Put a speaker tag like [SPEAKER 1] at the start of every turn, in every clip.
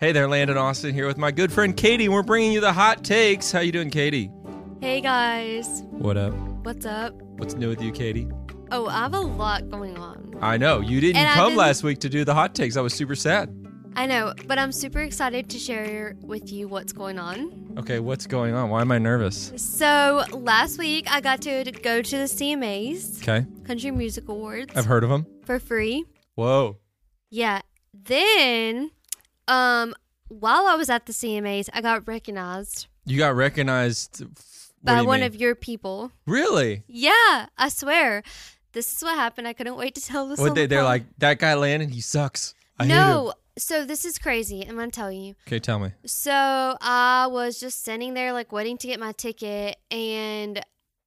[SPEAKER 1] Hey there, Landon Austin here with my good friend Katie. We're bringing you the hot takes. How you doing, Katie?
[SPEAKER 2] Hey guys,
[SPEAKER 1] What up?
[SPEAKER 2] what's up?
[SPEAKER 1] What's new with you, Katie?
[SPEAKER 2] Oh, I have a lot going on.
[SPEAKER 1] I know you didn't
[SPEAKER 2] And I
[SPEAKER 1] come
[SPEAKER 2] didn't-
[SPEAKER 1] last week to do the hot takes. I was super sad.
[SPEAKER 2] I know, but I'm super excited to share with you what's going on.
[SPEAKER 1] Okay, what's going on? Why am I nervous?
[SPEAKER 2] So, last week I got to go to the CMAs,
[SPEAKER 1] Okay,
[SPEAKER 2] Country Music Awards,
[SPEAKER 1] I've heard of them.
[SPEAKER 2] for free.
[SPEAKER 1] Whoa.
[SPEAKER 2] Yeah. Then, um, while I was at the CMAs, I got recognized
[SPEAKER 1] You got recognized f- what do
[SPEAKER 2] by
[SPEAKER 1] you
[SPEAKER 2] one
[SPEAKER 1] mean?
[SPEAKER 2] of your people.
[SPEAKER 1] Really?
[SPEAKER 2] Yeah, I swear. This is what happened. I couldn't wait to tell this.
[SPEAKER 1] What
[SPEAKER 2] on
[SPEAKER 1] they
[SPEAKER 2] the
[SPEAKER 1] they're
[SPEAKER 2] phone.
[SPEAKER 1] like that guy Landon, he sucks. I hate him.
[SPEAKER 2] no. So this is crazy. I'm gonna tell you.
[SPEAKER 1] Okay, tell me.
[SPEAKER 2] So I was just sitting there, like waiting to get my ticket, and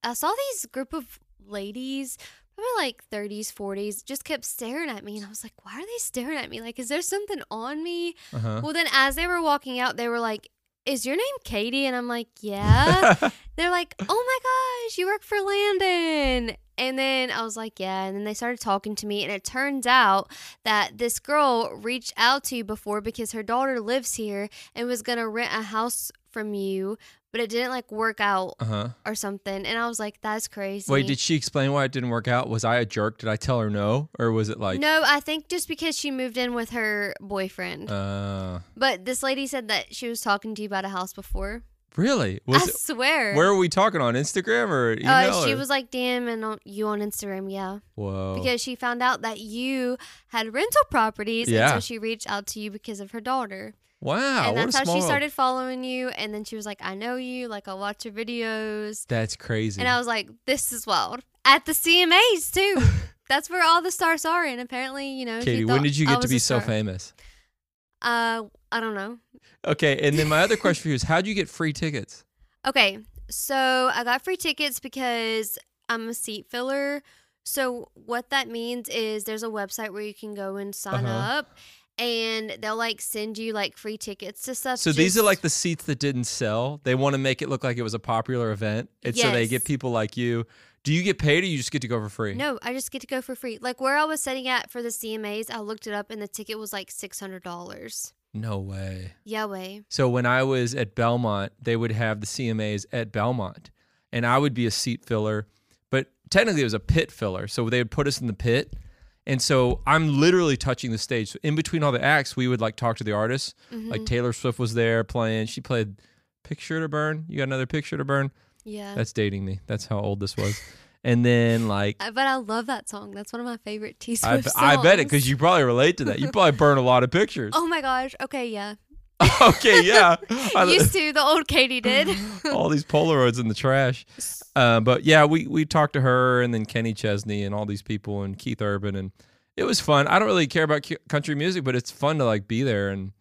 [SPEAKER 2] I saw these group of ladies, probably like 30s, 40s, just kept staring at me, and I was like, "Why are they staring at me? Like, is there something on me?"
[SPEAKER 1] Uh-huh.
[SPEAKER 2] Well, then as they were walking out, they were like, "Is your name Katie?" And I'm like, "Yeah." They're like, "Oh my gosh, you work for Landon." And then I was like, yeah. And then they started talking to me. And it turns out that this girl reached out to you before because her daughter lives here and was going to rent a house from you, but it didn't like work out
[SPEAKER 1] uh-huh.
[SPEAKER 2] or something. And I was like, that's crazy.
[SPEAKER 1] Wait, did she explain why it didn't work out? Was I a jerk? Did I tell her no? Or was it like
[SPEAKER 2] No, I think just because she moved in with her boyfriend.
[SPEAKER 1] uh
[SPEAKER 2] but this lady said that she was talking to you about a house before.
[SPEAKER 1] really?
[SPEAKER 2] I
[SPEAKER 1] Was it,
[SPEAKER 2] swear.
[SPEAKER 1] where are we talking on? Instagram or email?
[SPEAKER 2] uh, she
[SPEAKER 1] or-
[SPEAKER 2] was like DMing on, you on Instagram, yeah.
[SPEAKER 1] Whoa.
[SPEAKER 2] because she found out that you had rental properties and
[SPEAKER 1] Yeah.
[SPEAKER 2] so she reached out to you because of her daughter
[SPEAKER 1] wow.
[SPEAKER 2] and
[SPEAKER 1] what
[SPEAKER 2] that's
[SPEAKER 1] a
[SPEAKER 2] how
[SPEAKER 1] small
[SPEAKER 2] she
[SPEAKER 1] world.
[SPEAKER 2] started following you and then she was like i know you like i watch your videos
[SPEAKER 1] That's crazy.
[SPEAKER 2] and i was like this is wild at the cmas too that's where all the stars are and apparently you know if
[SPEAKER 1] Katie,
[SPEAKER 2] you
[SPEAKER 1] when
[SPEAKER 2] thought
[SPEAKER 1] did you
[SPEAKER 2] I
[SPEAKER 1] get to
[SPEAKER 2] was
[SPEAKER 1] be
[SPEAKER 2] a
[SPEAKER 1] so
[SPEAKER 2] star-
[SPEAKER 1] famous?
[SPEAKER 2] uh i don't know
[SPEAKER 1] Okay, and then my other question for you is how'd you get free tickets?
[SPEAKER 2] Okay, so I got free tickets because I'm a seat filler. So what that means is there's a website where you can go and sign
[SPEAKER 1] Uh-huh.
[SPEAKER 2] up, and they'll like send you like free tickets to stuff.
[SPEAKER 1] So these are
[SPEAKER 2] just-
[SPEAKER 1] like the seats that didn't sell. They want to make it look like it was a popular event. And so they
[SPEAKER 2] Yes.
[SPEAKER 1] get people like you. Do you get paid or you just get to go for free?
[SPEAKER 2] no, I just get to go for free. Like where I was sitting at for the CMAs, I looked it up and the ticket was like six hundred dollars.
[SPEAKER 1] No way.
[SPEAKER 2] Yahweh.
[SPEAKER 1] So when I was at Belmont, they would have the CMAs at Belmont, and I would be a seat filler, but technically it was a pit filler. So they would put us in the pit, and so I'm literally touching the stage. So in between all the acts, we would like talk to the artists.
[SPEAKER 2] Mm-hmm.
[SPEAKER 1] Like Taylor Swift was there playing. She played "Picture to Burn." You got another "Picture to Burn"?
[SPEAKER 2] Yeah.
[SPEAKER 1] That's dating me. That's how old this was. And then like.
[SPEAKER 2] I- but I love that song. That's one of my favorite T
[SPEAKER 1] I,
[SPEAKER 2] Swift songs.
[SPEAKER 1] I bet it because you probably relate to that. You probably burn a lot of pictures.
[SPEAKER 2] Oh my gosh. Okay, yeah.
[SPEAKER 1] okay, yeah. I-
[SPEAKER 2] Used to the old Katie did.
[SPEAKER 1] all these Polaroids in the trash. Uh, but yeah, we we talked to her and then Kenny Chesney and all these people and Keith Urban and it was fun. I don't really care about cu- country music, but it's fun to like be there and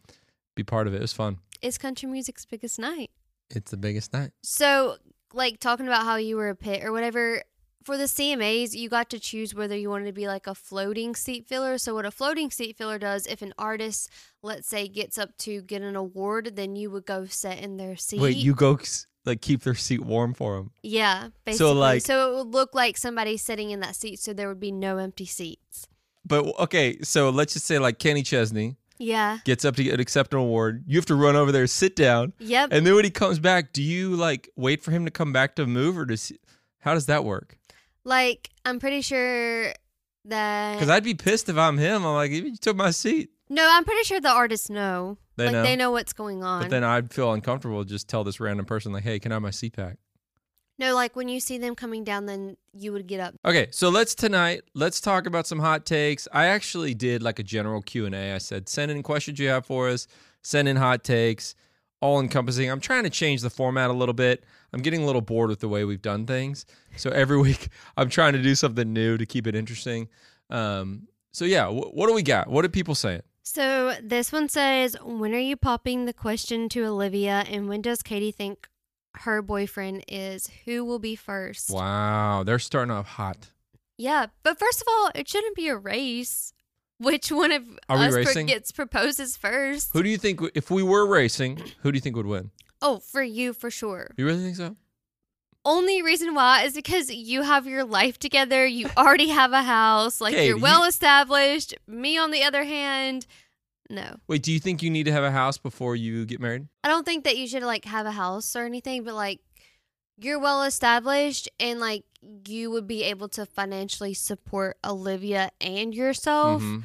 [SPEAKER 1] be part of it. It was fun.
[SPEAKER 2] it's country music's biggest night.
[SPEAKER 1] It's the biggest night.
[SPEAKER 2] So, like talking about how you were a pit or whatever, for the CMAs, you got to choose whether you wanted to be like a floating seat filler. So, what a floating seat filler does, if an artist, let's say, gets up to get an award, then you would go sit in their seat.
[SPEAKER 1] Wait, you go s- like keep their seat warm for them.
[SPEAKER 2] Yeah, basically.
[SPEAKER 1] So,
[SPEAKER 2] So,
[SPEAKER 1] like-
[SPEAKER 2] it would look like somebody sitting in that seat, so there would be no empty seats.
[SPEAKER 1] But okay, so let's just say like Kenny Chesney
[SPEAKER 2] Yeah.
[SPEAKER 1] gets up to get, accept an award. You have to run over there, sit down,
[SPEAKER 2] Yep.
[SPEAKER 1] and then when he comes back, do you like wait for him to come back to move or does how does that work?
[SPEAKER 2] like, I'm pretty sure
[SPEAKER 1] Because
[SPEAKER 2] that.
[SPEAKER 1] I'd be pissed if I'm him. I'm like, you took my seat.
[SPEAKER 2] no, I'm pretty sure the artists know.
[SPEAKER 1] They
[SPEAKER 2] like,
[SPEAKER 1] know.
[SPEAKER 2] they know what's going on.
[SPEAKER 1] But then I'd feel uncomfortable to just tell this random person, like, hey, can I have my CPAC?
[SPEAKER 2] no, like, when you see them coming down, then you would get up
[SPEAKER 1] Okay, so let's tonight, let's talk about some hot takes. I actually did like a general Q&A. I said, send in questions you have for us, send in hot takes, all encompassing. I'm trying to change the format a little bit. I'm getting a little bored with the way we've done things. So every week I'm trying to do something new to keep it interesting. Um, so yeah, wh- what do we got? What are people saying?
[SPEAKER 2] So this one says, "When are you popping the question to Olivia, and when does Katie think her boyfriend is? Who will be first?
[SPEAKER 1] Wow, they're starting off hot.
[SPEAKER 2] Yeah, but first of all, it shouldn't be a race. Which one of
[SPEAKER 1] Are we
[SPEAKER 2] us pro-
[SPEAKER 1] racing?
[SPEAKER 2] gets proposes first?
[SPEAKER 1] Who do you think, w- if we were racing, who do you think would win?
[SPEAKER 2] oh, for you for sure.
[SPEAKER 1] You really think so?
[SPEAKER 2] Only reason why is because you have your life together. You already have a house. Like
[SPEAKER 1] Katie,
[SPEAKER 2] you're
[SPEAKER 1] you-
[SPEAKER 2] well established. Me, on the other hand, No.
[SPEAKER 1] Wait, do you think you need to have a house before you get married?
[SPEAKER 2] I don't think that you should like have a house or anything, but like you're well established and like you would be able to financially support Olivia and yourself
[SPEAKER 1] Mhm.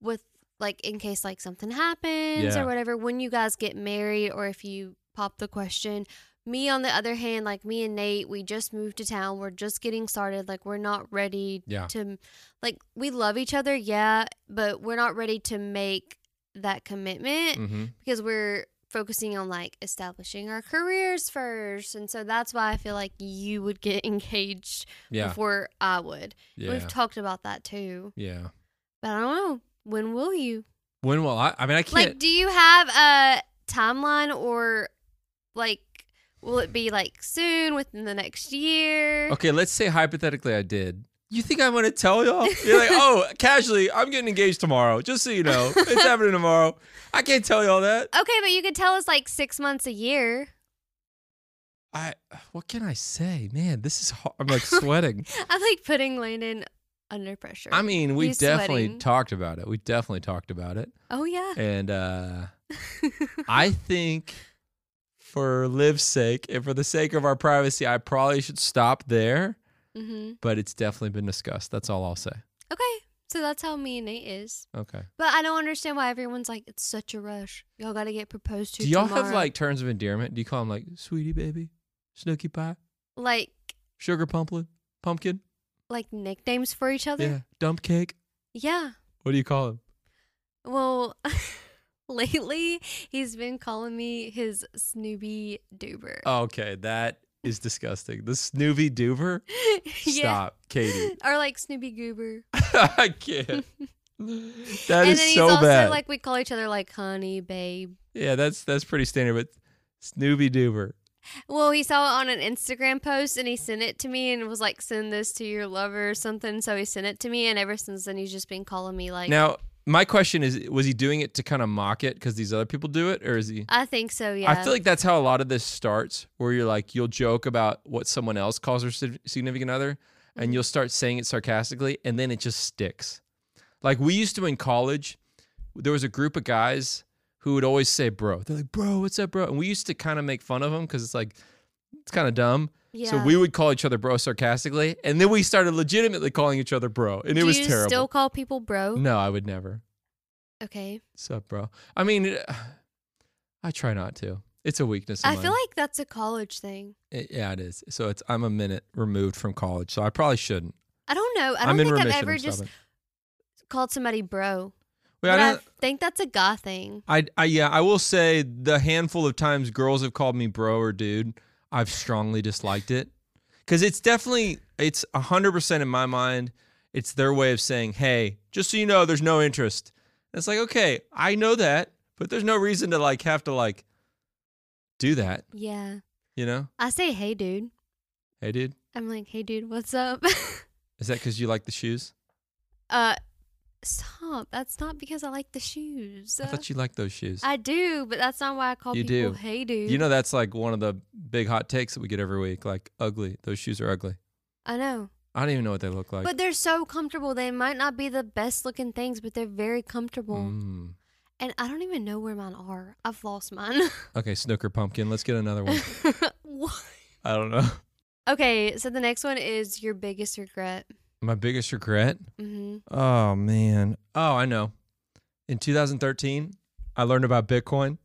[SPEAKER 2] with like in case like something happens
[SPEAKER 1] Yeah.
[SPEAKER 2] or whatever when you guys get married or if you pop the question. Me on the other hand, like me and Nate, we just moved to town. We're just getting started. Like we're not ready
[SPEAKER 1] Yeah.
[SPEAKER 2] to like we love each other, yeah, but we're not ready to make that commitment
[SPEAKER 1] hmm
[SPEAKER 2] because we're focusing on like establishing our careers first and so that's why i feel like you would get engaged
[SPEAKER 1] Yeah.
[SPEAKER 2] before i would
[SPEAKER 1] Yeah.
[SPEAKER 2] we've talked about that too
[SPEAKER 1] yeah.
[SPEAKER 2] but i don't know when will you
[SPEAKER 1] When will I? I mean, I can't.
[SPEAKER 2] like do you have a timeline or like will it be like soon within the next year
[SPEAKER 1] okay, let's say hypothetically I did. You think I'm gonna tell y'all? You're like, oh, casually, I'm getting engaged tomorrow. Just so you know, it's happening tomorrow. I can't tell y'all that.
[SPEAKER 2] okay but you could tell us like six months a year
[SPEAKER 1] I. What can I say, man? This is. Hard. I'm like sweating.
[SPEAKER 2] i'm like putting landon under pressure
[SPEAKER 1] I mean, we
[SPEAKER 2] He's
[SPEAKER 1] definitely
[SPEAKER 2] sweating.
[SPEAKER 1] talked about it. We definitely talked about it,
[SPEAKER 2] oh yeah
[SPEAKER 1] and uh I think. For Liv's sake and for the sake of our privacy, I probably should stop there,
[SPEAKER 2] hmm
[SPEAKER 1] but it's definitely been discussed. That's all I'll say.
[SPEAKER 2] okay so that's how me and nate is
[SPEAKER 1] Okay.
[SPEAKER 2] But I don't understand why everyone's like, it's such a rush. Y'all got to get proposed to.
[SPEAKER 1] Do y'all have
[SPEAKER 2] tomorrow."
[SPEAKER 1] like terms of endearment? Do you call them like sweetie baby, snooky pie,
[SPEAKER 2] like
[SPEAKER 1] sugar pumpkin, pumpkin?
[SPEAKER 2] like nicknames for each other?
[SPEAKER 1] Yeah, dump cake.
[SPEAKER 2] Yeah.
[SPEAKER 1] What do you call him?
[SPEAKER 2] Well, lately he's been calling me his Snoopy Doober.
[SPEAKER 1] Okay, that is disgusting. The Snoovy Doover. Stop, Katie.
[SPEAKER 2] Or like Snoopy Goober.
[SPEAKER 1] I can't. That
[SPEAKER 2] and
[SPEAKER 1] is
[SPEAKER 2] then he's
[SPEAKER 1] so
[SPEAKER 2] also
[SPEAKER 1] bad.
[SPEAKER 2] like we call each other like honey, babe.
[SPEAKER 1] yeah, that's that's pretty standard. But Snoovy Doover.
[SPEAKER 2] Well, he saw it on an Instagram post and he sent it to me and was like, send this to your lover or something. So he sent it to me and ever since then he's just been calling me like
[SPEAKER 1] Now, my question is: Was he doing it to kind of mock it because these other people do it, or is he?
[SPEAKER 2] I think so, Uh, yeah.
[SPEAKER 1] I feel like that's how a lot of this starts, where you're like, you'll joke about what someone else calls their sig- significant other, and
[SPEAKER 2] Mhm.
[SPEAKER 1] you'll start saying it sarcastically, and then it just sticks. Like we used to in college, there was a group of guys who would always say, bro. They're like, bro, what's up, bro? And we used to kind of make fun of them because it's like, it's kind of dumb.
[SPEAKER 2] yeah.
[SPEAKER 1] So we would call each other bro sarcastically, and then we started legitimately calling each other bro, and it
[SPEAKER 2] Do
[SPEAKER 1] was
[SPEAKER 2] you
[SPEAKER 1] terrible. Mm.
[SPEAKER 2] Still call people bro.
[SPEAKER 1] no, I would never.
[SPEAKER 2] Okay.
[SPEAKER 1] Sup, bro? I mean, I try not to. It's a weakness. Of
[SPEAKER 2] I
[SPEAKER 1] mine.
[SPEAKER 2] feel like that's a college thing.
[SPEAKER 1] It, yeah, it is. So it's I'm a minute removed from college, so I probably shouldn't.
[SPEAKER 2] I don't know. I
[SPEAKER 1] am
[SPEAKER 2] don't
[SPEAKER 1] in
[SPEAKER 2] think
[SPEAKER 1] remission.
[SPEAKER 2] I've ever
[SPEAKER 1] I'm
[SPEAKER 2] just
[SPEAKER 1] stopping.
[SPEAKER 2] called somebody bro.
[SPEAKER 1] Wait,
[SPEAKER 2] but
[SPEAKER 1] I,
[SPEAKER 2] I,
[SPEAKER 1] don't-
[SPEAKER 2] think that's a guy thing.
[SPEAKER 1] I, I yeah, I will say the handful of times girls have called me bro or dude, I've strongly disliked it because it's definitely it's hundred percent in my mind. It's their way of saying, hey, just so you know, there's no interest. And it's like, okay, I know that, but there's no reason to like have to like do that,
[SPEAKER 2] Yeah.
[SPEAKER 1] you know?
[SPEAKER 2] I say hey dude.
[SPEAKER 1] Hey, dude,
[SPEAKER 2] I'm like, hey dude, what's up?
[SPEAKER 1] is that because you like the shoes?
[SPEAKER 2] uh stop. That's not because I like the shoes.
[SPEAKER 1] I thought you liked those shoes.
[SPEAKER 2] I do, but that's not why I call
[SPEAKER 1] You do.
[SPEAKER 2] people hey dude.
[SPEAKER 1] You know that's like one of the big hot takes that we get every week. Like ugly, those shoes are ugly.
[SPEAKER 2] I know.
[SPEAKER 1] I don't even know what they look like.
[SPEAKER 2] but they're so comfortable. They might not be the best looking things, but they're very comfortable.
[SPEAKER 1] Mm.
[SPEAKER 2] And I don't even know where mine are. I've lost mine.
[SPEAKER 1] Okay, Snooker Pumpkin. Let's get another one.
[SPEAKER 2] what?
[SPEAKER 1] I don't know.
[SPEAKER 2] Okay, so the next one is your biggest regret.
[SPEAKER 1] My biggest regret.
[SPEAKER 2] hmm
[SPEAKER 1] Oh man. Oh, I know. In 2013, I learned about Bitcoin,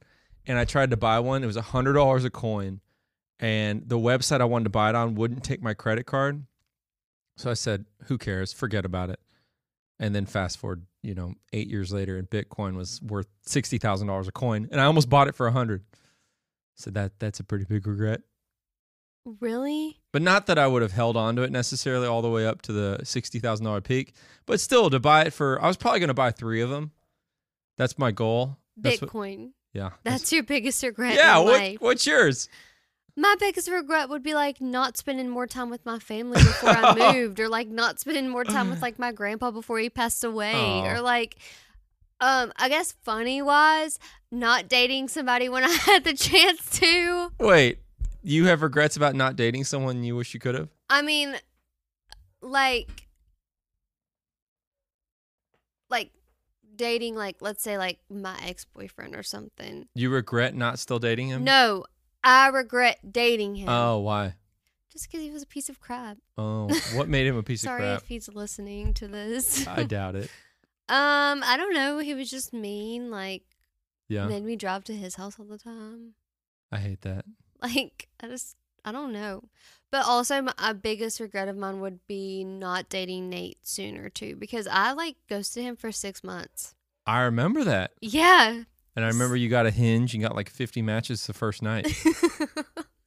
[SPEAKER 1] and I tried to buy one. It was hundred dollars a coin, and the website I wanted to buy it on wouldn't take my credit card. So I said, "Who cares? Forget about it." And then fast forward, you know, eight years later, and Bitcoin was worth sixty thousand dollars a coin, and I almost bought it for a hundred. So that that's a pretty big regret.
[SPEAKER 2] Really?
[SPEAKER 1] But not that I would have held on to it necessarily all the way up to the sixty thousand dollar peak. But still, to buy it for, I was probably going to buy three of them. That's my goal. That's what,
[SPEAKER 2] Bitcoin.
[SPEAKER 1] yeah.
[SPEAKER 2] that's, your biggest regret
[SPEAKER 1] yeah.
[SPEAKER 2] in
[SPEAKER 1] What,
[SPEAKER 2] life.
[SPEAKER 1] what's yours?
[SPEAKER 2] My biggest regret would be like not spending more time with my family before I moved, or like not spending more time with like my grandpa before he passed away,
[SPEAKER 1] Aw.
[SPEAKER 2] or like, um, I guess funny wise, not dating somebody when I had the chance to.
[SPEAKER 1] Wait, you have regrets about not dating someone you wish you could have?
[SPEAKER 2] I mean, like, like dating like let's say like my ex-boyfriend or something.
[SPEAKER 1] You regret not still dating him?
[SPEAKER 2] No, I regret dating him.
[SPEAKER 1] Oh, why?
[SPEAKER 2] Just because he was a piece of crap.
[SPEAKER 1] Oh, what made him a piece of
[SPEAKER 2] Sorry
[SPEAKER 1] crap?
[SPEAKER 2] if he's listening to this.
[SPEAKER 1] I doubt it.
[SPEAKER 2] um, I don't know. He was just mean. Like
[SPEAKER 1] Yeah,
[SPEAKER 2] made me drive to his house all the time.
[SPEAKER 1] I hate that.
[SPEAKER 2] Like I just I don't know. But also my, my biggest regret of mine would be not dating Nate sooner too because I like ghosted him for six months.
[SPEAKER 1] I remember that,
[SPEAKER 2] Yeah.
[SPEAKER 1] and I remember you got a hinge and got like 50 matches the first night,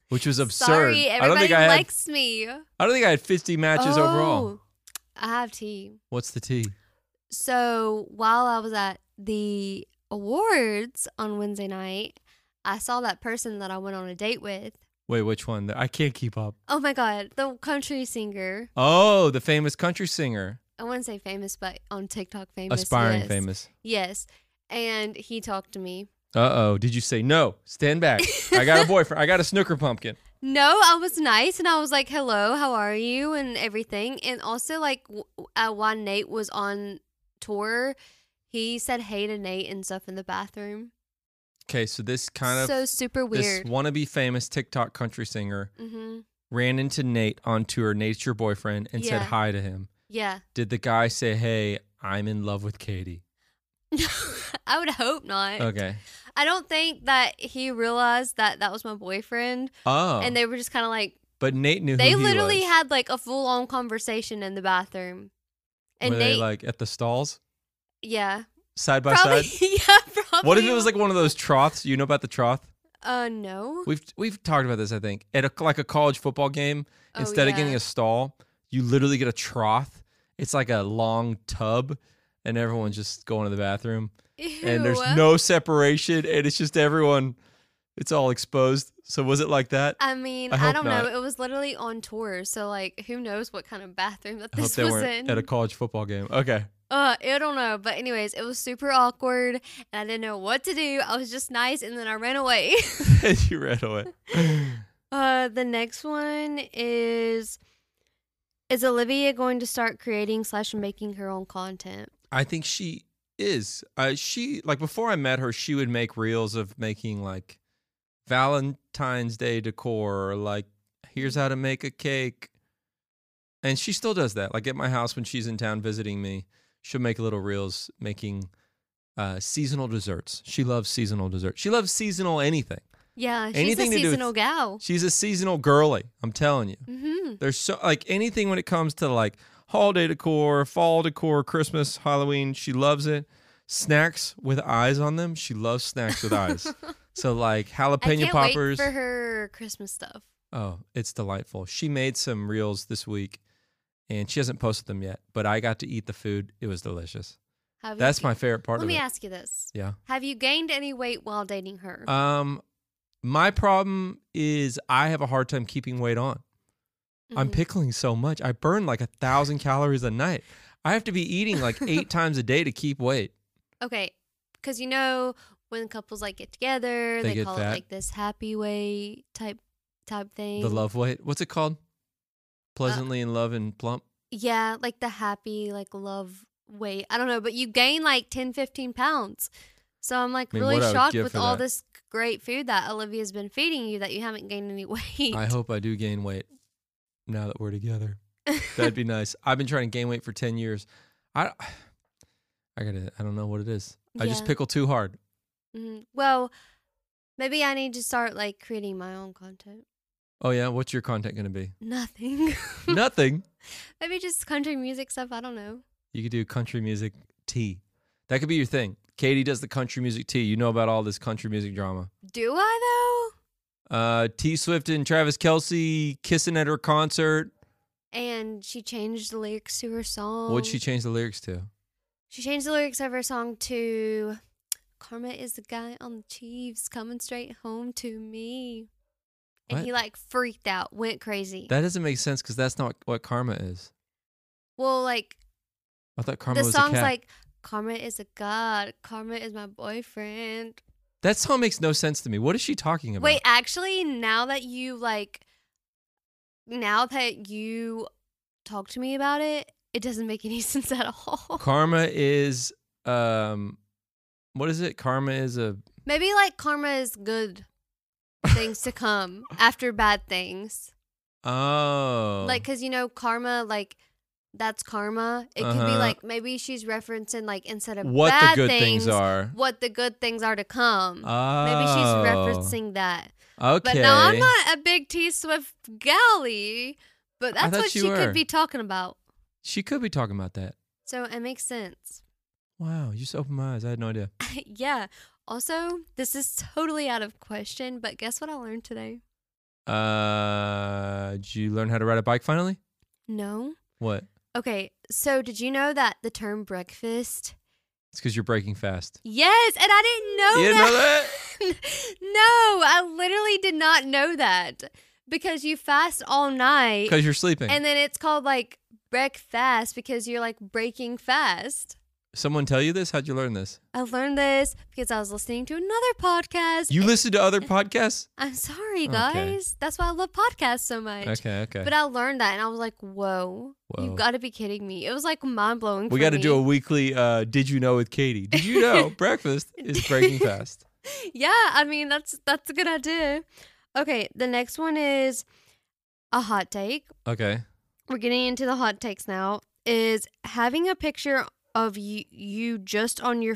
[SPEAKER 1] which was absurd.
[SPEAKER 2] Sorry,
[SPEAKER 1] I don't
[SPEAKER 2] everybody
[SPEAKER 1] think I had.
[SPEAKER 2] likes me.
[SPEAKER 1] I don't think I had 50 matches overall.
[SPEAKER 2] Oh, I have tea.
[SPEAKER 1] What's the tea?
[SPEAKER 2] So while I was at the awards on Wednesday night, I saw that person that I went on a date with.
[SPEAKER 1] Wait, which one? I can't keep up.
[SPEAKER 2] Oh my God, the country singer.
[SPEAKER 1] Oh, the famous country singer,
[SPEAKER 2] I wouldn't say famous, but on TikTok famous.
[SPEAKER 1] aspiring
[SPEAKER 2] yes.
[SPEAKER 1] famous.
[SPEAKER 2] Yes. And he talked to me.
[SPEAKER 1] Uh oh, did you say no? Stand back. I got a boyfriend. I got a snooker pumpkin.
[SPEAKER 2] No, I was nice and I was like, hello, how are you? And everything. And also, like, w- uh, while Nate was on tour, he said hey to Nate and stuff in the bathroom.
[SPEAKER 1] Okay, so this kind of
[SPEAKER 2] so super
[SPEAKER 1] this
[SPEAKER 2] weird.
[SPEAKER 1] wannabe famous TikTok country singer
[SPEAKER 2] hmm
[SPEAKER 1] ran into Nate on tour. Nate's your boyfriend, and said
[SPEAKER 2] Yeah.
[SPEAKER 1] hi to him.
[SPEAKER 2] Yeah.
[SPEAKER 1] Did the guy say, "Hey, I'm in love with Katie"?
[SPEAKER 2] I would hope not.
[SPEAKER 1] Okay.
[SPEAKER 2] I don't think that he realized that that was my boyfriend.
[SPEAKER 1] Oh,
[SPEAKER 2] And they were just kind of like,
[SPEAKER 1] but Nate knew.
[SPEAKER 2] they
[SPEAKER 1] who he
[SPEAKER 2] literally
[SPEAKER 1] was.
[SPEAKER 2] had like a full on conversation in the bathroom. And
[SPEAKER 1] Were they
[SPEAKER 2] Nate,
[SPEAKER 1] like at the stalls,
[SPEAKER 2] yeah.
[SPEAKER 1] side by
[SPEAKER 2] Probably,
[SPEAKER 1] side?
[SPEAKER 2] yeah, probably.
[SPEAKER 1] What if it was like one of those troughs? You know about the trough?
[SPEAKER 2] uh, no.
[SPEAKER 1] We've we've talked about this, I think. At a, like a college football game,
[SPEAKER 2] Oh,
[SPEAKER 1] instead of
[SPEAKER 2] yeah.
[SPEAKER 1] getting a stall, you literally get a trough. It's like a long tub, and everyone's just going to the bathroom, and there's
[SPEAKER 2] Ew.
[SPEAKER 1] no separation, and it's just everyone. It's all exposed. So was it like that?
[SPEAKER 2] I mean,
[SPEAKER 1] I
[SPEAKER 2] I,
[SPEAKER 1] hope
[SPEAKER 2] don't
[SPEAKER 1] not.
[SPEAKER 2] know. It was literally on tour, so like, who knows what kind of bathroom that
[SPEAKER 1] I hope
[SPEAKER 2] this
[SPEAKER 1] they
[SPEAKER 2] was
[SPEAKER 1] weren't
[SPEAKER 2] in?
[SPEAKER 1] at a college football game. Okay.
[SPEAKER 2] uh, I don't know. But anyways, it was super awkward, and I didn't know what to do. I was just nice, and then I ran away.
[SPEAKER 1] you ran away.
[SPEAKER 2] uh, the next one is: Is Olivia going to start creating slash making her own content?
[SPEAKER 1] I think she is. Uh, she like before I met her, she would make reels of making like Valentine's Day decor, or like here's how to make a cake, and she still does that. Like at my house when she's in town visiting me, she'll make little reels making uh, seasonal desserts. She loves seasonal desserts. She loves seasonal anything.
[SPEAKER 2] Yeah, she's
[SPEAKER 1] Anything
[SPEAKER 2] a
[SPEAKER 1] to do with-
[SPEAKER 2] seasonal gal.
[SPEAKER 1] She's a seasonal girly. I'm telling you.
[SPEAKER 2] Mm-hmm.
[SPEAKER 1] There's so like anything when it comes to like holiday decor, fall decor, Christmas, Halloween. She loves it. Snacks with eyes on them. She loves snacks with eyes. So like
[SPEAKER 2] I
[SPEAKER 1] jalapeno
[SPEAKER 2] can't
[SPEAKER 1] poppers.
[SPEAKER 2] wait for her Christmas stuff.
[SPEAKER 1] Oh, it's delightful. She made some reels this week, and she hasn't posted them yet. But I got to eat the food. It was delicious.
[SPEAKER 2] Have you-
[SPEAKER 1] That's my favorite part
[SPEAKER 2] Let
[SPEAKER 1] of
[SPEAKER 2] me
[SPEAKER 1] it.
[SPEAKER 2] ask you this:
[SPEAKER 1] yeah.
[SPEAKER 2] Have you gained any weight while dating her?
[SPEAKER 1] Um, my problem is I have a hard time keeping weight on. I'm
[SPEAKER 2] Mhm.
[SPEAKER 1] pickling so much. I burn like a thousand calories a night. I have to be eating like eight times a day to keep weight.
[SPEAKER 2] Okay, because you know when couples like get together,
[SPEAKER 1] They
[SPEAKER 2] they,
[SPEAKER 1] get
[SPEAKER 2] call
[SPEAKER 1] fat.
[SPEAKER 2] it like this happy way type type thing.
[SPEAKER 1] The love weight. What's it called? Pleasantly in love and plump.
[SPEAKER 2] yeah, like the happy like love weight. I don't know, but you gain like 10, 15 pounds. So I'm like
[SPEAKER 1] I mean, what I
[SPEAKER 2] really
[SPEAKER 1] would
[SPEAKER 2] shocked
[SPEAKER 1] give
[SPEAKER 2] with
[SPEAKER 1] for
[SPEAKER 2] all
[SPEAKER 1] that.
[SPEAKER 2] this great food that Olivia's been feeding you that you haven't gained any weight.
[SPEAKER 1] I hope I do gain weight now that we're together. That'd be nice. I've been trying to gain weight for ten years. I I gotta I don't know what it is. I just
[SPEAKER 2] Yeah.
[SPEAKER 1] pickle too hard.
[SPEAKER 2] Mhm. Well, maybe I need to start like creating my own content.
[SPEAKER 1] Oh yeah, what's your content gonna be?
[SPEAKER 2] Nothing.
[SPEAKER 1] Nothing.
[SPEAKER 2] maybe just country music stuff. I don't know.
[SPEAKER 1] You could do country music tea. That could be your thing. Katie does the country music tea. You know about all this country music drama.
[SPEAKER 2] Do I
[SPEAKER 1] Uh, T Swift and Travis Kelsey kissing at her concert.
[SPEAKER 2] though? And she changed the lyrics to her song.
[SPEAKER 1] What'd she change the lyrics to?
[SPEAKER 2] She changed the lyrics of her song to Karma is the guy on the Chiefs coming straight home to me. And
[SPEAKER 1] What?
[SPEAKER 2] he like freaked out, went crazy.
[SPEAKER 1] That doesn't make sense because that's not what karma is.
[SPEAKER 2] well, like
[SPEAKER 1] I thought karma
[SPEAKER 2] the
[SPEAKER 1] was
[SPEAKER 2] song's
[SPEAKER 1] a cat.
[SPEAKER 2] like Karma is a god, Karma is my boyfriend.
[SPEAKER 1] that song makes no sense to me. What is she talking about?
[SPEAKER 2] Wait, actually, now that you like now that oh. you talk to me about it, it doesn't make any sense at all.
[SPEAKER 1] karma is um, what is it? Karma is a
[SPEAKER 2] Maybe like karma is good things to come after bad things.
[SPEAKER 1] oh
[SPEAKER 2] Like, cause you know, karma, like, that's karma. It could be
[SPEAKER 1] Uh-huh.
[SPEAKER 2] like maybe she's referencing, like, instead of
[SPEAKER 1] what
[SPEAKER 2] bad
[SPEAKER 1] the good things, are.
[SPEAKER 2] what the good things are to come.
[SPEAKER 1] Oh,
[SPEAKER 2] Maybe she's referencing that.
[SPEAKER 1] Okay,
[SPEAKER 2] But now I'm not a big T Swift galley, but
[SPEAKER 1] I
[SPEAKER 2] that's
[SPEAKER 1] thought
[SPEAKER 2] what
[SPEAKER 1] you
[SPEAKER 2] she
[SPEAKER 1] were.
[SPEAKER 2] could be talking about.
[SPEAKER 1] She could be talking about that.
[SPEAKER 2] So it makes sense.
[SPEAKER 1] Wow, you just opened my eyes. I had no idea.
[SPEAKER 2] yeah. Also, this is totally out of question, but guess what I learned today?
[SPEAKER 1] Uh, did you learn how to ride a bike finally?
[SPEAKER 2] No.
[SPEAKER 1] What?
[SPEAKER 2] Okay. So did you know that the term breakfast?
[SPEAKER 1] It's because you're breaking fast.
[SPEAKER 2] Yes, and I
[SPEAKER 1] you
[SPEAKER 2] didn't
[SPEAKER 1] didn't
[SPEAKER 2] know
[SPEAKER 1] know
[SPEAKER 2] that.
[SPEAKER 1] that?
[SPEAKER 2] no, I literally did not know that because you fast all night.
[SPEAKER 1] Because you're sleeping.
[SPEAKER 2] And then it's called like breakfast because you're like breaking fast.
[SPEAKER 1] Someone tell you this? How'd you learn this?
[SPEAKER 2] I learned this because I was listening to another podcast.
[SPEAKER 1] You listen to other podcasts?
[SPEAKER 2] I'm sorry,
[SPEAKER 1] Okay.
[SPEAKER 2] guys. That's why I love podcasts so much.
[SPEAKER 1] Okay, okay.
[SPEAKER 2] But um, I learned that and I was like, whoa,
[SPEAKER 1] Whoa.
[SPEAKER 2] you've got to be kidding me. It was like mind blowing.
[SPEAKER 1] we got to do a weekly uh, Did You Know with Katie. Did you know breakfast is breaking fast?
[SPEAKER 2] Yeah, I mean, that's that's a good idea. Okay, the next one is a hot take.
[SPEAKER 1] Okay.
[SPEAKER 2] we're getting into the hot takes now is having a picture of you, you just on your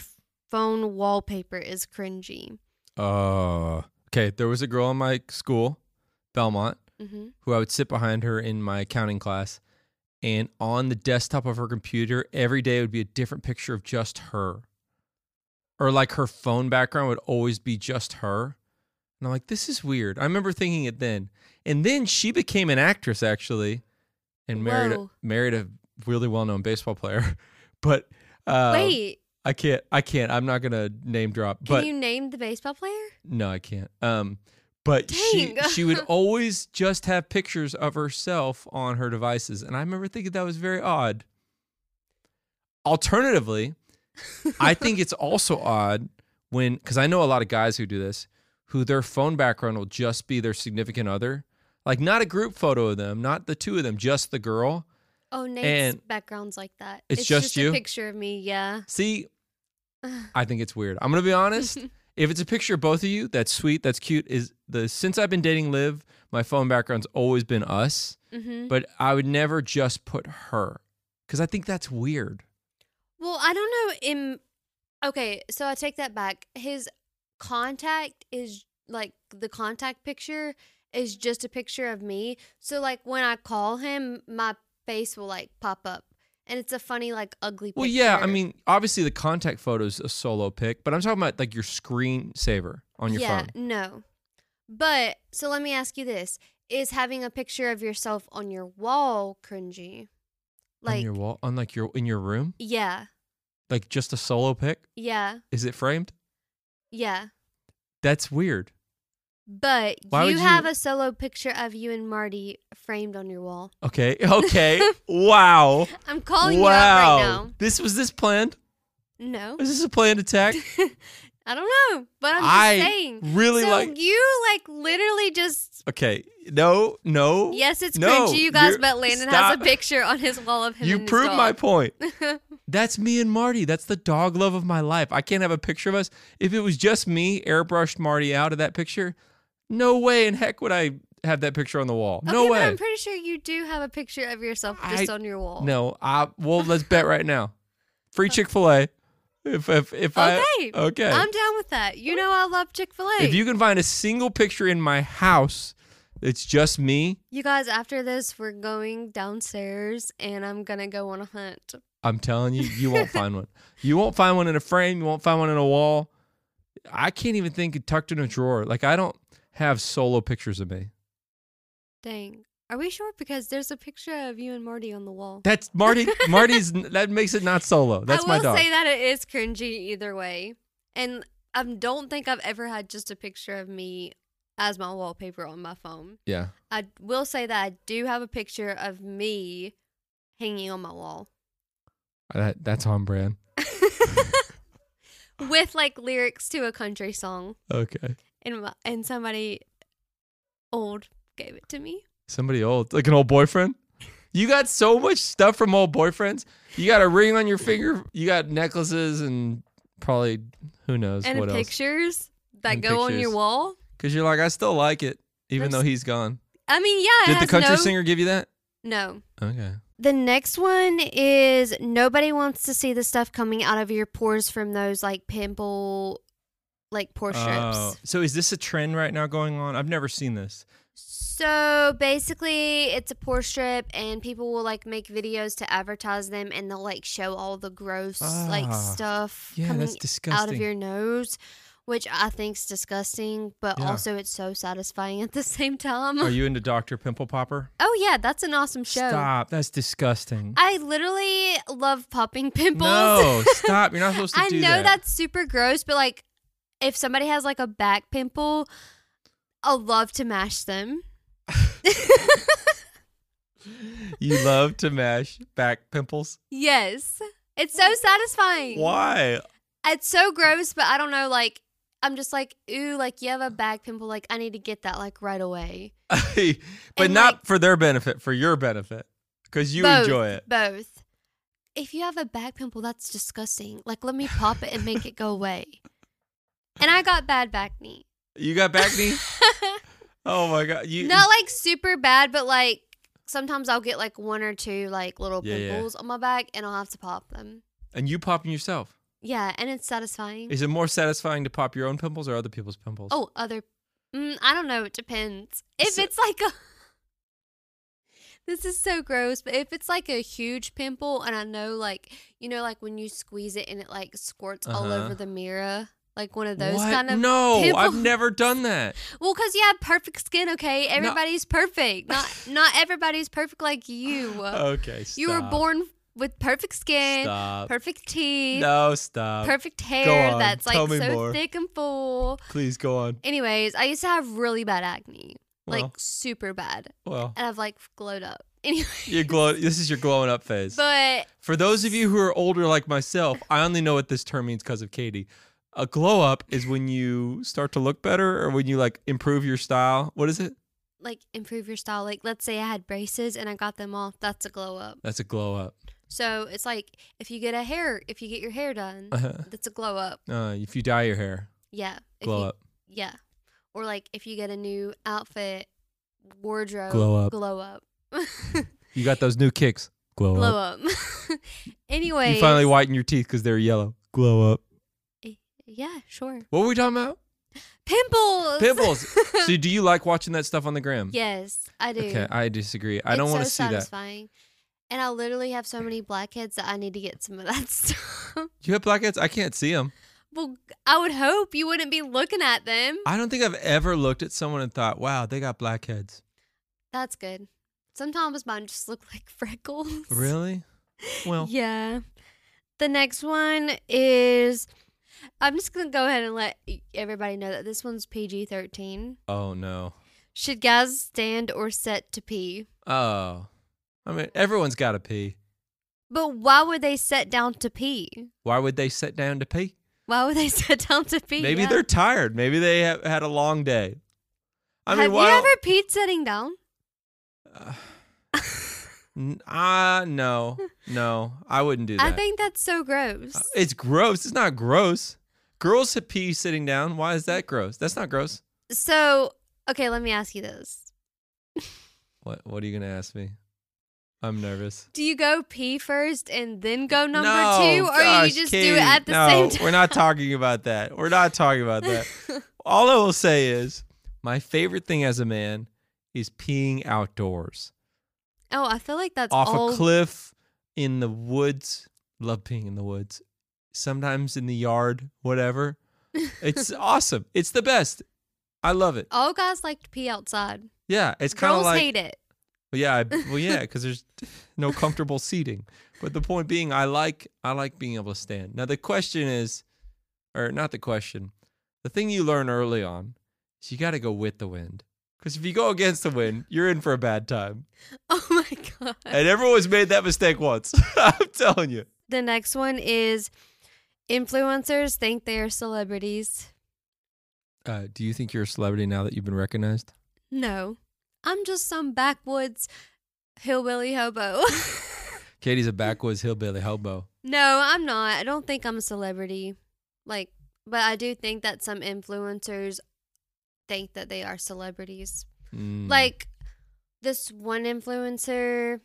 [SPEAKER 2] phone wallpaper is cringy
[SPEAKER 1] Uh, okay. There was a girl in my school, Belmont,
[SPEAKER 2] mm-hmm.
[SPEAKER 1] who I would sit behind her in my accounting class. And on the desktop of her computer, every day would be a different picture of just her. Or like her phone background would always be just her. And I'm like, this is weird. I remember thinking it then. And then she became an actress actually and married a,
[SPEAKER 2] Whoa.
[SPEAKER 1] married a really well-known baseball player. But uh
[SPEAKER 2] wait
[SPEAKER 1] I can't I can't. I'm not going to name drop.
[SPEAKER 2] can
[SPEAKER 1] but
[SPEAKER 2] you name the baseball player
[SPEAKER 1] no, I can't. Um, but she
[SPEAKER 2] Dang.
[SPEAKER 1] she would always just have pictures of herself on her devices, and I remember thinking that was very odd. Alternatively, I think it's also odd when because I know a lot of guys who do this, who their phone background will just be their significant other, like not a group photo of them, not the two of them, just the girl.
[SPEAKER 2] oh nate's
[SPEAKER 1] And-
[SPEAKER 2] background's like that
[SPEAKER 1] It's just you?
[SPEAKER 2] a picture of me yeah
[SPEAKER 1] See, I think it's weird. I'm gonna be honest. if it's a picture of both of you, that's sweet, that's cute. Is the since I've been dating Liv, my phone background's always been us,
[SPEAKER 2] hmm
[SPEAKER 1] but I would never just put her because I think that's weird.
[SPEAKER 2] well i don't know in okay so i take that back his contact is like the contact picture is just a picture of me so like when i call him my face will like pop up and it's a funny like ugly picture
[SPEAKER 1] Well, yeah, I mean, obviously the contact photo is a solo pic, but I'm talking about like your screensaver on your
[SPEAKER 2] yeah,
[SPEAKER 1] phone.
[SPEAKER 2] No. But so let me ask you this. Is having a picture of yourself on your wall cringy?
[SPEAKER 1] on
[SPEAKER 2] Like
[SPEAKER 1] your wall, on like your in your room,
[SPEAKER 2] Yeah.
[SPEAKER 1] like just a solo pic.
[SPEAKER 2] Yeah.
[SPEAKER 1] Is it framed?
[SPEAKER 2] Yeah.
[SPEAKER 1] That's weird.
[SPEAKER 2] But
[SPEAKER 1] Why
[SPEAKER 2] you
[SPEAKER 1] would
[SPEAKER 2] have
[SPEAKER 1] you-
[SPEAKER 2] a solo picture of you and Marty framed on your wall.
[SPEAKER 1] Okay, okay, wow,
[SPEAKER 2] I'm calling
[SPEAKER 1] wow.
[SPEAKER 2] Oh, you out right
[SPEAKER 1] This was this planned?
[SPEAKER 2] now. No.
[SPEAKER 1] Was this a planned attack?
[SPEAKER 2] I don't know. But I'm just
[SPEAKER 1] I
[SPEAKER 2] saying.
[SPEAKER 1] really
[SPEAKER 2] so
[SPEAKER 1] like.
[SPEAKER 2] you like literally just
[SPEAKER 1] Okay, no, no.
[SPEAKER 2] Yes, it's
[SPEAKER 1] No,
[SPEAKER 2] cringy, you guys,
[SPEAKER 1] you're-
[SPEAKER 2] but Landon has
[SPEAKER 1] stop.
[SPEAKER 2] a picture on his wall of him.
[SPEAKER 1] you
[SPEAKER 2] and his
[SPEAKER 1] proved my
[SPEAKER 2] dog.
[SPEAKER 1] point. That's me and Marty. That's the dog love of my life. I can't have a picture of us. If it was just me, airbrushed Marty out of that picture, no way in heck would I have that picture on the wall.
[SPEAKER 2] Okay,
[SPEAKER 1] no
[SPEAKER 2] but
[SPEAKER 1] way.
[SPEAKER 2] I'm pretty sure you do have a picture of yourself just
[SPEAKER 1] I-
[SPEAKER 2] on your wall.
[SPEAKER 1] no, I. Well, let's bet right now. Free Chick Fil A. If if if
[SPEAKER 2] Okay.
[SPEAKER 1] I okay.
[SPEAKER 2] I'm down with that. You know I love Chick Fil A.
[SPEAKER 1] if you can find a single picture in my house, it's just me.
[SPEAKER 2] You guys, after this, we're going downstairs, and I'm gonna go on a hunt.
[SPEAKER 1] I'm telling you, you won't find one. You won't find one in a frame. You won't find one in a wall. I can't even think of tucked in a drawer. Like I don't have solo pictures of me.
[SPEAKER 2] Dang, are we sure? Because there's a picture of you and Marty on the wall.
[SPEAKER 1] That's Marty. Marty's. That makes it not solo. That's
[SPEAKER 2] I
[SPEAKER 1] my
[SPEAKER 2] will
[SPEAKER 1] dog.
[SPEAKER 2] say that it is cringy either way, and I don't think I've ever had just a picture of me as my wallpaper on my phone.
[SPEAKER 1] yeah.
[SPEAKER 2] I will say that I do have a picture of me hanging on my wall.
[SPEAKER 1] That that's on brand.
[SPEAKER 2] with like lyrics to a country song,
[SPEAKER 1] Okay.
[SPEAKER 2] and my- and somebody old gave it to me.
[SPEAKER 1] Somebody old, like an old boyfriend. You got so much stuff from old boyfriends. You got a ring on your finger. You got necklaces and probably who knows
[SPEAKER 2] and
[SPEAKER 1] what else.
[SPEAKER 2] pictures that
[SPEAKER 1] And
[SPEAKER 2] go on your
[SPEAKER 1] pictures.
[SPEAKER 2] wall.
[SPEAKER 1] Because you're like, I still like it, even
[SPEAKER 2] That's-
[SPEAKER 1] though he's gone.
[SPEAKER 2] I mean, yeah. it
[SPEAKER 1] Did the
[SPEAKER 2] has
[SPEAKER 1] country
[SPEAKER 2] no,
[SPEAKER 1] singer give you that?
[SPEAKER 2] No.
[SPEAKER 1] Okay.
[SPEAKER 2] The next one is nobody wants to see the stuff coming out of your pores from those like pimple, like pore strips.
[SPEAKER 1] Oh, so is this a trend right now going on? I've never seen this.
[SPEAKER 2] So basically, it's a pore strip, and people will like make videos to advertise them, and they'll like show all the gross like
[SPEAKER 1] Ah,
[SPEAKER 2] stuff
[SPEAKER 1] Yeah,
[SPEAKER 2] coming
[SPEAKER 1] that's disgusting.
[SPEAKER 2] out of your nose, which I think's disgusting, but
[SPEAKER 1] Yeah.
[SPEAKER 2] also it's so satisfying at the same time.
[SPEAKER 1] Are you into Doctor Pimple Popper?
[SPEAKER 2] oh yeah, that's an awesome show.
[SPEAKER 1] Stop. That's disgusting.
[SPEAKER 2] I literally love popping pimples.
[SPEAKER 1] No, stop. You're not supposed to
[SPEAKER 2] I
[SPEAKER 1] do
[SPEAKER 2] know
[SPEAKER 1] that.
[SPEAKER 2] that's super gross, but like if somebody has like a back pimple, I'll love to mash them.
[SPEAKER 1] You love to mash back pimples.
[SPEAKER 2] Yes. It's so satisfying.
[SPEAKER 1] Why?
[SPEAKER 2] It's so gross, but I don't know. Like, I'm just like, ooh, like you have a back pimple. Like, I need to get that like right away.
[SPEAKER 1] but
[SPEAKER 2] And,
[SPEAKER 1] not
[SPEAKER 2] like-
[SPEAKER 1] for their benefit, for your benefit, because you
[SPEAKER 2] Both.
[SPEAKER 1] enjoy it.
[SPEAKER 2] Both. If you have a back pimple, that's disgusting. Like, let me pop it and make it go away. And I got bad back knee.
[SPEAKER 1] You got back knee. oh my god. You
[SPEAKER 2] Not like super bad, but like sometimes I'll get like one or two like little
[SPEAKER 1] Yeah, yeah.
[SPEAKER 2] pimples on my back, and I'll have to pop them.
[SPEAKER 1] and you popping yourself.
[SPEAKER 2] Yeah, and it's satisfying.
[SPEAKER 1] Is it more satisfying to pop your own pimples or other people's pimples?
[SPEAKER 2] Oh, other. Mm, I don't know. It depends. If
[SPEAKER 1] So-
[SPEAKER 2] it's like a. This is so gross, but if it's like a huge pimple, and I know, like, you know, like when you squeeze it and it like squirts all
[SPEAKER 1] Uh-huh.
[SPEAKER 2] over the mirror, like one of those
[SPEAKER 1] What?
[SPEAKER 2] kind of.
[SPEAKER 1] no, I've
[SPEAKER 2] pimples.
[SPEAKER 1] never done that.
[SPEAKER 2] Well, because you have perfect skin, okay? Everybody's perfect. Not not everybody's perfect like you.
[SPEAKER 1] Oh, Okay,
[SPEAKER 2] you were
[SPEAKER 1] stop.
[SPEAKER 2] born with perfect skin,
[SPEAKER 1] Stop.
[SPEAKER 2] perfect teeth,
[SPEAKER 1] No, stop.
[SPEAKER 2] perfect hair
[SPEAKER 1] on.
[SPEAKER 2] that's like
[SPEAKER 1] Tell me
[SPEAKER 2] so
[SPEAKER 1] more.
[SPEAKER 2] thick and full.
[SPEAKER 1] Please go on.
[SPEAKER 2] Anyways, I used to have really bad acne,
[SPEAKER 1] Well,
[SPEAKER 2] like super bad,
[SPEAKER 1] well,
[SPEAKER 2] and I've like glowed up. Anyway,
[SPEAKER 1] you glow. This is your glowing up phase.
[SPEAKER 2] but
[SPEAKER 1] For those of you who are older like myself, I only know what this term means because of Katie. A glow up is when you start to look better or when you like improve your style. What is it?
[SPEAKER 2] like improve your style. Like let's say I had braces and I got them off, that's a glow up.
[SPEAKER 1] That's a glow up.
[SPEAKER 2] So it's like if you get a hair, if you get your hair done,
[SPEAKER 1] Uh,
[SPEAKER 2] that's a glow up.
[SPEAKER 1] if you dye your hair,
[SPEAKER 2] Yeah. If
[SPEAKER 1] glow
[SPEAKER 2] you,
[SPEAKER 1] up.
[SPEAKER 2] Yeah. Or like if you get a new outfit, wardrobe,
[SPEAKER 1] Glow up.
[SPEAKER 2] Glow up.
[SPEAKER 1] You got those new kicks. Glow,
[SPEAKER 2] glow
[SPEAKER 1] up.
[SPEAKER 2] up. anyway.
[SPEAKER 1] You finally whiten your teeth because they're yellow. Glow up.
[SPEAKER 2] yeah, sure.
[SPEAKER 1] What were we talking about?
[SPEAKER 2] Pimples.
[SPEAKER 1] Pimples. so do you like watching that stuff on the gram?
[SPEAKER 2] yes, I do.
[SPEAKER 1] Okay, I disagree. I don't
[SPEAKER 2] it's
[SPEAKER 1] want to
[SPEAKER 2] so
[SPEAKER 1] see that.
[SPEAKER 2] satisfying. And I literally have so many blackheads that I need to get some of that stuff.
[SPEAKER 1] You have blackheads? I can't see them.
[SPEAKER 2] well, I would hope you wouldn't be looking at them.
[SPEAKER 1] I don't think I've ever looked at someone and thought, wow, they got blackheads.
[SPEAKER 2] That's good. Sometimes mine just look like freckles.
[SPEAKER 1] Really? Well,
[SPEAKER 2] Yeah. The next one is I'm just going to go ahead and let everybody know that this one's PG 13.
[SPEAKER 1] oh no.
[SPEAKER 2] Should guys stand or set to pee?
[SPEAKER 1] Oh. I mean, everyone's got to pee.
[SPEAKER 2] But why would they set down to pee?
[SPEAKER 1] Why would they sit down to pee?
[SPEAKER 2] Why would they sit down to pee?
[SPEAKER 1] Maybe
[SPEAKER 2] Yeah.
[SPEAKER 1] they're tired. Maybe they have had a long day. I mean,
[SPEAKER 2] Have
[SPEAKER 1] why?
[SPEAKER 2] you
[SPEAKER 1] don't-
[SPEAKER 2] ever peed sitting down?
[SPEAKER 1] N- Ah, no, no, I wouldn't do
[SPEAKER 2] I
[SPEAKER 1] that.
[SPEAKER 2] think that's so gross.
[SPEAKER 1] Uh, it's gross. It's not gross. Girls have pee sitting down. Why is that gross? That's not gross.
[SPEAKER 2] so, okay, let me ask you this.
[SPEAKER 1] What What are you gonna ask me? I'm nervous.
[SPEAKER 2] Do you go pee first and then go number
[SPEAKER 1] No,
[SPEAKER 2] two? Or
[SPEAKER 1] gosh,
[SPEAKER 2] you just do
[SPEAKER 1] Katie,
[SPEAKER 2] it at the
[SPEAKER 1] no,
[SPEAKER 2] same time?
[SPEAKER 1] We're not talking about that. We're not talking about that. All I will say is my favorite thing as a man is peeing outdoors.
[SPEAKER 2] oh, I feel like that's
[SPEAKER 1] Off
[SPEAKER 2] all
[SPEAKER 1] a cliff, in the woods. Love peeing in the woods. Sometimes in the yard, whatever. It's awesome. It's the best. I love it.
[SPEAKER 2] All guys like to pee outside.
[SPEAKER 1] Yeah, it's kind of
[SPEAKER 2] Girls
[SPEAKER 1] like
[SPEAKER 2] hate it.
[SPEAKER 1] Well, yeah, I, well, yeah, because there's no comfortable seating. But the point being, I like I like being able to stand. Now the question is, or not the question, the thing you learn early on is you got to go with the wind. Because if you go against the wind, you're in for a bad time.
[SPEAKER 2] Oh my god.
[SPEAKER 1] And everyone's made that mistake once. I'm telling you.
[SPEAKER 2] The next one is influencers think they are celebrities.
[SPEAKER 1] Uh, do you think you're a celebrity now that you've been recognized?
[SPEAKER 2] No. I'm just some backwoods hillbilly hobo.
[SPEAKER 1] Katie's a backwoods hillbilly hobo.
[SPEAKER 2] no, I'm not. I don't think I'm a celebrity. Like, but I do think that some influencers think that they are celebrities.
[SPEAKER 1] Mm.
[SPEAKER 2] Like this one influencer,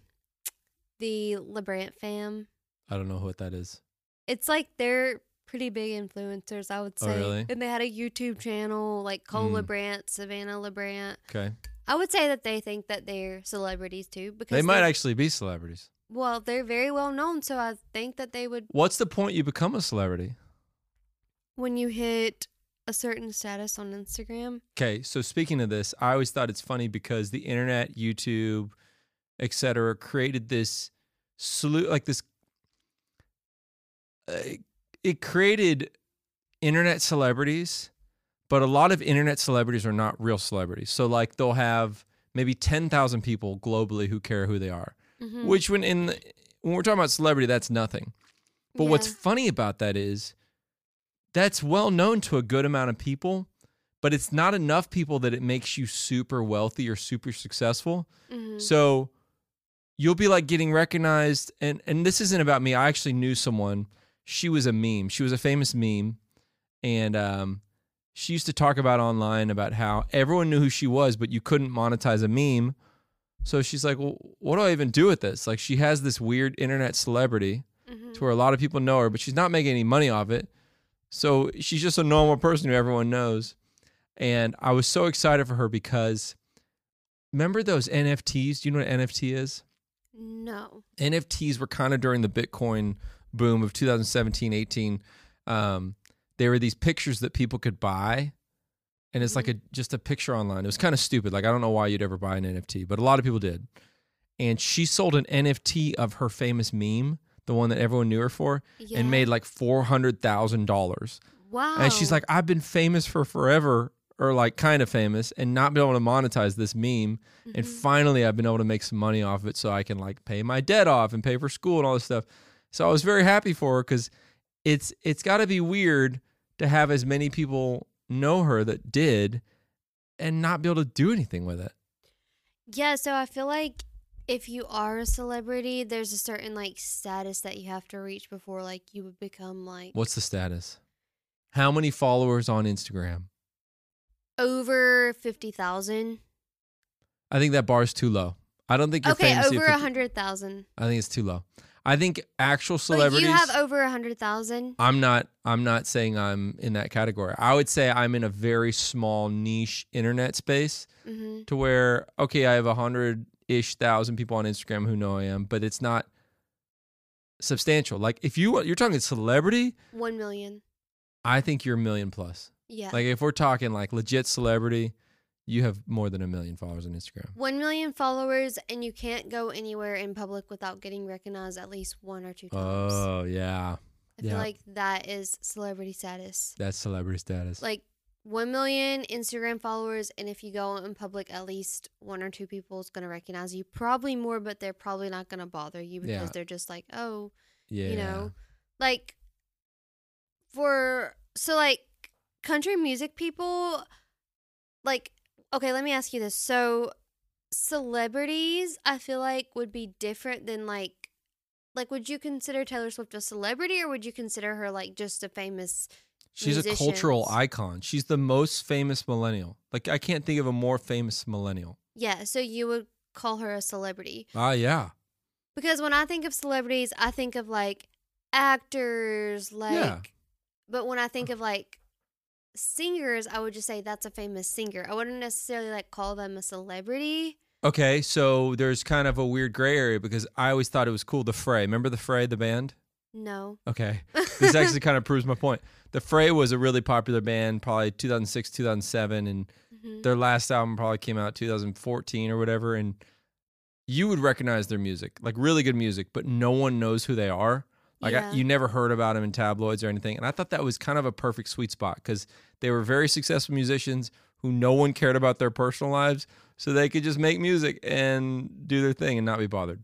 [SPEAKER 2] the LeBrant fam.
[SPEAKER 1] I don't know what that is.
[SPEAKER 2] It's like they're pretty big influencers, I would
[SPEAKER 1] Oh,
[SPEAKER 2] say.
[SPEAKER 1] really?
[SPEAKER 2] And they had a YouTube channel like Cole
[SPEAKER 1] Mm.
[SPEAKER 2] LeBrant, Savannah LeBrant.
[SPEAKER 1] Okay,
[SPEAKER 2] I would say that they think that they're celebrities too because
[SPEAKER 1] they might
[SPEAKER 2] they're-
[SPEAKER 1] actually be celebrities.
[SPEAKER 2] well, they're very well known, so I think that they would
[SPEAKER 1] What's the point you become a celebrity?
[SPEAKER 2] when you hit a certain status on Instagram.
[SPEAKER 1] Okay, so speaking of this, I always thought it's funny because the internet, YouTube, et cetera, created this slew like this. Uh, it created internet celebrities, but a lot of internet celebrities are not real celebrities. So like they'll have maybe ten thousand people globally who care who they are.
[SPEAKER 2] Mm-hmm.
[SPEAKER 1] Which when in the, when we're talking about celebrity, that's nothing. But what's funny about that is that's well known to a good amount of people, but it's not enough people that it makes you super wealthy or super successful.
[SPEAKER 2] hmm
[SPEAKER 1] So you'll be like getting recognized and and this isn't about me. I actually knew someone. She was a meme. She was a famous meme and um she used to talk about online about how everyone knew who she was, but you couldn't monetize a meme. So she's like, "Well, what do I even do with this?" Like she has this weird internet celebrity to where a lot of people know her, but she's not making any money off it. So she's just a normal person who everyone knows. And I was so excited for her because remember those NFTs? Do you know what an NFT is?
[SPEAKER 2] Mm-hmm. No.
[SPEAKER 1] NFTs were kind of during the Bitcoin boom of 2017, 18. Um, there were these pictures that people could buy. And it's like a just a picture online. It was kind of stupid. Like I don't know why you'd ever buy an NFT, but a lot of people did. And she sold an NFT of her famous meme, the one that everyone knew her for,
[SPEAKER 2] Yeah.
[SPEAKER 1] and made like four hundred thousand dollars.
[SPEAKER 2] wow.
[SPEAKER 1] And she's like, I've been famous for forever, or like kind of famous, and not been able to monetize this meme. And
[SPEAKER 2] Mhm.
[SPEAKER 1] finally, I've been able to make some money off of it, so I can like pay my debt off and pay for school and all this stuff. So I was very happy for her because it's it's got to be weird to have as many people know her that did, and not be able to do anything with it.
[SPEAKER 2] Yeah, so I feel like if you are a celebrity, there's a certain like status that you have to reach before like you would become like
[SPEAKER 1] What's the status? How many followers on Instagram?
[SPEAKER 2] over 50,000.
[SPEAKER 1] I think that bar is too low. I don't think you're
[SPEAKER 2] Okay,
[SPEAKER 1] famous. if
[SPEAKER 2] over
[SPEAKER 1] you're-
[SPEAKER 2] 100,000.
[SPEAKER 1] I think it's too low. I think actual
[SPEAKER 2] But
[SPEAKER 1] celebrities.
[SPEAKER 2] you have over 100,000.
[SPEAKER 1] I'm not. I'm not saying I'm in that category. I would say I'm in a very small niche internet space
[SPEAKER 2] Mm-hmm.
[SPEAKER 1] to where okay, I have a hundred ish thousand people on Instagram who know I am, but it's not substantial. Like if you you're talking celebrity,
[SPEAKER 2] 1 million.
[SPEAKER 1] I think you're a million plus.
[SPEAKER 2] Yeah.
[SPEAKER 1] Like if we're talking like legit celebrity, you have more than a million followers on Instagram.
[SPEAKER 2] 1 million followers, and you can't go anywhere in public without getting recognized at least one or two times.
[SPEAKER 1] Oh yeah,
[SPEAKER 2] I feel
[SPEAKER 1] yeah.
[SPEAKER 2] like that is celebrity status.
[SPEAKER 1] that's celebrity status.
[SPEAKER 2] like 1 million Instagram followers, and if you go in public, at least one or two people is going to recognize you. Probably more, but they're probably not going to bother you because
[SPEAKER 1] Yeah.
[SPEAKER 2] they're just like, oh,
[SPEAKER 1] yeah.
[SPEAKER 2] you know, like for so like country music people, like okay, let me ask you this. So celebrities, I feel like would be different than like. Like, would you consider Taylor Swift a celebrity, or would you consider her like just a famous?
[SPEAKER 1] She's a cultural
[SPEAKER 2] musicians.
[SPEAKER 1] icon. She's the most famous millennial. Like I can't think of a more famous millennial.
[SPEAKER 2] Yeah, so you would call her a celebrity.
[SPEAKER 1] Ah, yeah,
[SPEAKER 2] Because when I think of celebrities, I think of like actors, like.
[SPEAKER 1] Yeah.
[SPEAKER 2] But when I think of like singers, I would just say that's a famous singer. I wouldn't necessarily like call them a celebrity.
[SPEAKER 1] Okay, so there's kind of a weird gray area because I always thought it was cool. The Fray, remember the Fray, the band?
[SPEAKER 2] No.
[SPEAKER 1] Okay, this actually kind of proves my point. The Fray was a really popular band, probably 2006, 2007, and
[SPEAKER 2] Mhm.
[SPEAKER 1] their last album probably came out 2014 or whatever. And you would recognize their music, like really good music, but no one knows who they are. Like
[SPEAKER 2] yeah.
[SPEAKER 1] I, you never heard about them in tabloids or anything, and I thought that was kind of a perfect sweet spot because they were very successful musicians who no one cared about their personal lives, so they could just make music and do their thing and not be bothered.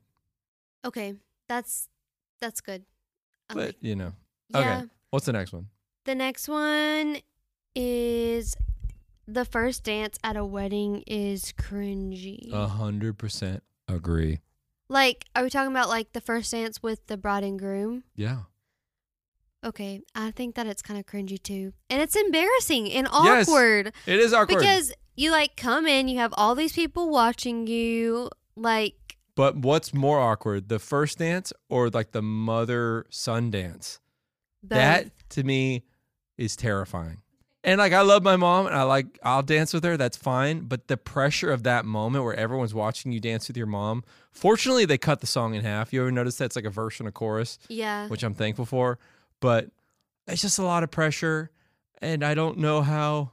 [SPEAKER 2] okay, that's that's good. I
[SPEAKER 1] But
[SPEAKER 2] like-
[SPEAKER 1] you know, okay.
[SPEAKER 2] yeah.
[SPEAKER 1] what's the next one?
[SPEAKER 2] The next one is the first dance at a wedding is cringy.
[SPEAKER 1] Uh-huh. A hundred percent agree.
[SPEAKER 2] Like, are we talking about like the first dance with the bride and groom?
[SPEAKER 1] Yeah.
[SPEAKER 2] Okay, I think that it's kind of cringy too, and it's embarrassing and
[SPEAKER 1] Yes,
[SPEAKER 2] awkward
[SPEAKER 1] It is awkward.
[SPEAKER 2] because you like come in, you have all these people watching you, like.
[SPEAKER 1] but what's more awkward, the first dance or like the mother son dance?
[SPEAKER 2] Both.
[SPEAKER 1] That to me is terrifying. And like I love my mom and I like I'll dance with her, that's fine, but the pressure of that moment where everyone's watching you dance with your mom. Fortunately, they cut the song in half. You ever notice that's like a verse and a chorus?
[SPEAKER 2] yeah.
[SPEAKER 1] which I'm thankful for. But it's just a lot of pressure, and I don't know how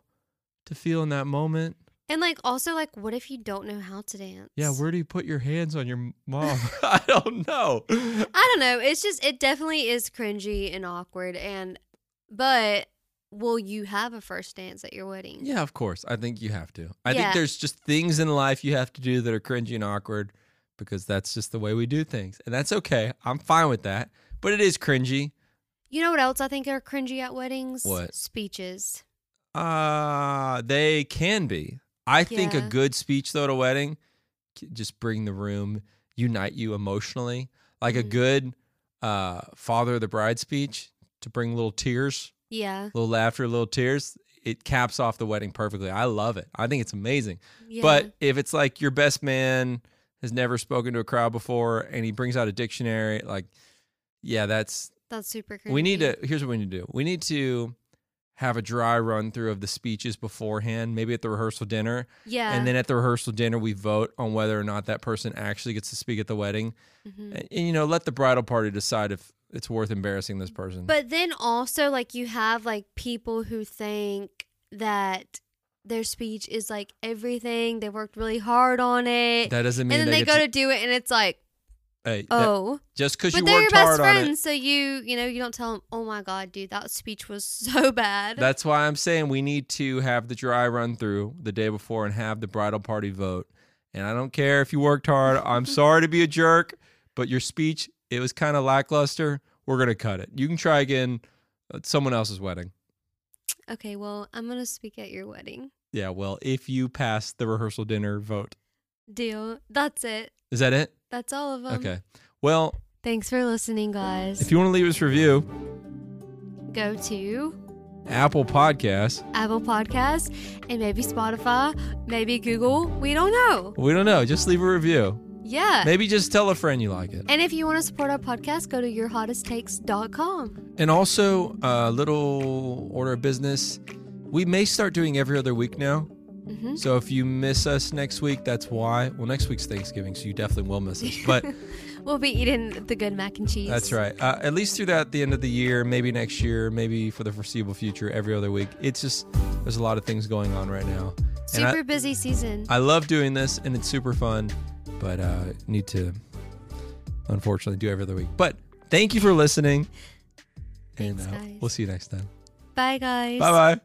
[SPEAKER 1] to feel in that moment.
[SPEAKER 2] And like also like what if you don't know how to dance?
[SPEAKER 1] Yeah, where do you put your hands on your m- mom? I don't know.
[SPEAKER 2] I don't know. It's just it definitely is cringy and awkward and but will you have a first dance at your wedding?
[SPEAKER 1] Yeah, of course. I think you have to. I
[SPEAKER 2] Yeah.
[SPEAKER 1] think there's just things in life you have to do that are cringy and awkward because that's just the way we do things. And that's okay. I'm fine with that. But it is cringy.
[SPEAKER 2] You know what else I think are cringy at weddings?
[SPEAKER 1] What?
[SPEAKER 2] Speeches.
[SPEAKER 1] Uh, they can be. I think a
[SPEAKER 2] Yeah.
[SPEAKER 1] good speech though at a wedding c- just bring the room, unite you emotionally. Like a
[SPEAKER 2] Mhm.
[SPEAKER 1] good uh father of the bride speech to bring little tears,
[SPEAKER 2] Yeah.
[SPEAKER 1] little laughter, little tears. It caps off the wedding perfectly. I love it. I think it's amazing.
[SPEAKER 2] Yeah.
[SPEAKER 1] But if it's like your best man has never spoken to a crowd before and he brings out a dictionary, like yeah, that's
[SPEAKER 2] that's super cringy.
[SPEAKER 1] we need to. Here's what we need to do. We need to have a dry run through of the speeches beforehand, maybe at the rehearsal dinner,
[SPEAKER 2] Yeah.
[SPEAKER 1] and then at the rehearsal dinner we vote on whether or not that person actually gets to speak at the wedding,
[SPEAKER 2] Mhm.
[SPEAKER 1] and, and, you know let the bridal party decide if it's worth embarrassing this person.
[SPEAKER 2] But then also like you have like people who think that their speech is like everything. They worked really hard on it.
[SPEAKER 1] that doesn't
[SPEAKER 2] and
[SPEAKER 1] mean
[SPEAKER 2] then
[SPEAKER 1] they,
[SPEAKER 2] they
[SPEAKER 1] get
[SPEAKER 2] go to do it and it's like,
[SPEAKER 1] to, hey, that-
[SPEAKER 2] "Oh,
[SPEAKER 1] just because you
[SPEAKER 2] but they're your
[SPEAKER 1] worked
[SPEAKER 2] best
[SPEAKER 1] hard on it.
[SPEAKER 2] friends, so you you know you don't tell them. Oh my god, dude, that speech was so bad.
[SPEAKER 1] That's why I'm saying we need to have the dry run through the day before and have the bridal party vote. And I don't care if you worked hard. I'm sorry to be a jerk, but your speech it was kind of lackluster. We're gonna cut it. You can try again at someone else's wedding.
[SPEAKER 2] okay, well, I'm gonna speak at your wedding.
[SPEAKER 1] Yeah, well, if you pass the rehearsal dinner vote,
[SPEAKER 2] Deal. That's it.
[SPEAKER 1] is that it?
[SPEAKER 2] That's all of them.
[SPEAKER 1] Okay. Well,
[SPEAKER 2] Thanks for listening, guys.
[SPEAKER 1] if you want to leave us a review,
[SPEAKER 2] Go to
[SPEAKER 1] Apple Podcasts.
[SPEAKER 2] Apple Podcasts and maybe Spotify, maybe Google. We don't know.
[SPEAKER 1] We don't know. Just leave a review.
[SPEAKER 2] Yeah.
[SPEAKER 1] Maybe just tell a friend you like it.
[SPEAKER 2] And if you want to support our podcast, go to yourhottesttakes.com.
[SPEAKER 1] And also, uh, little order of business. We may start doing every other week now.
[SPEAKER 2] Mm-hmm.
[SPEAKER 1] So if you miss us next week, that's why. Well, next week's Thanksgiving, so you definitely will miss us. But
[SPEAKER 2] We'll be eating the good mac and cheese.
[SPEAKER 1] that's right. Uh, at least through that, the end of the year, maybe next year, maybe for the foreseeable future, every other week. It's just, there's a lot of things going on right now. And I-
[SPEAKER 2] Super busy season.
[SPEAKER 1] I love doing this and it's super fun, but uh need to unfortunately do every other week. But thank you for listening.
[SPEAKER 2] Thanks,
[SPEAKER 1] and uh,
[SPEAKER 2] guys.
[SPEAKER 1] we'll see you next time.
[SPEAKER 2] Bye, guys.
[SPEAKER 1] Bye bye.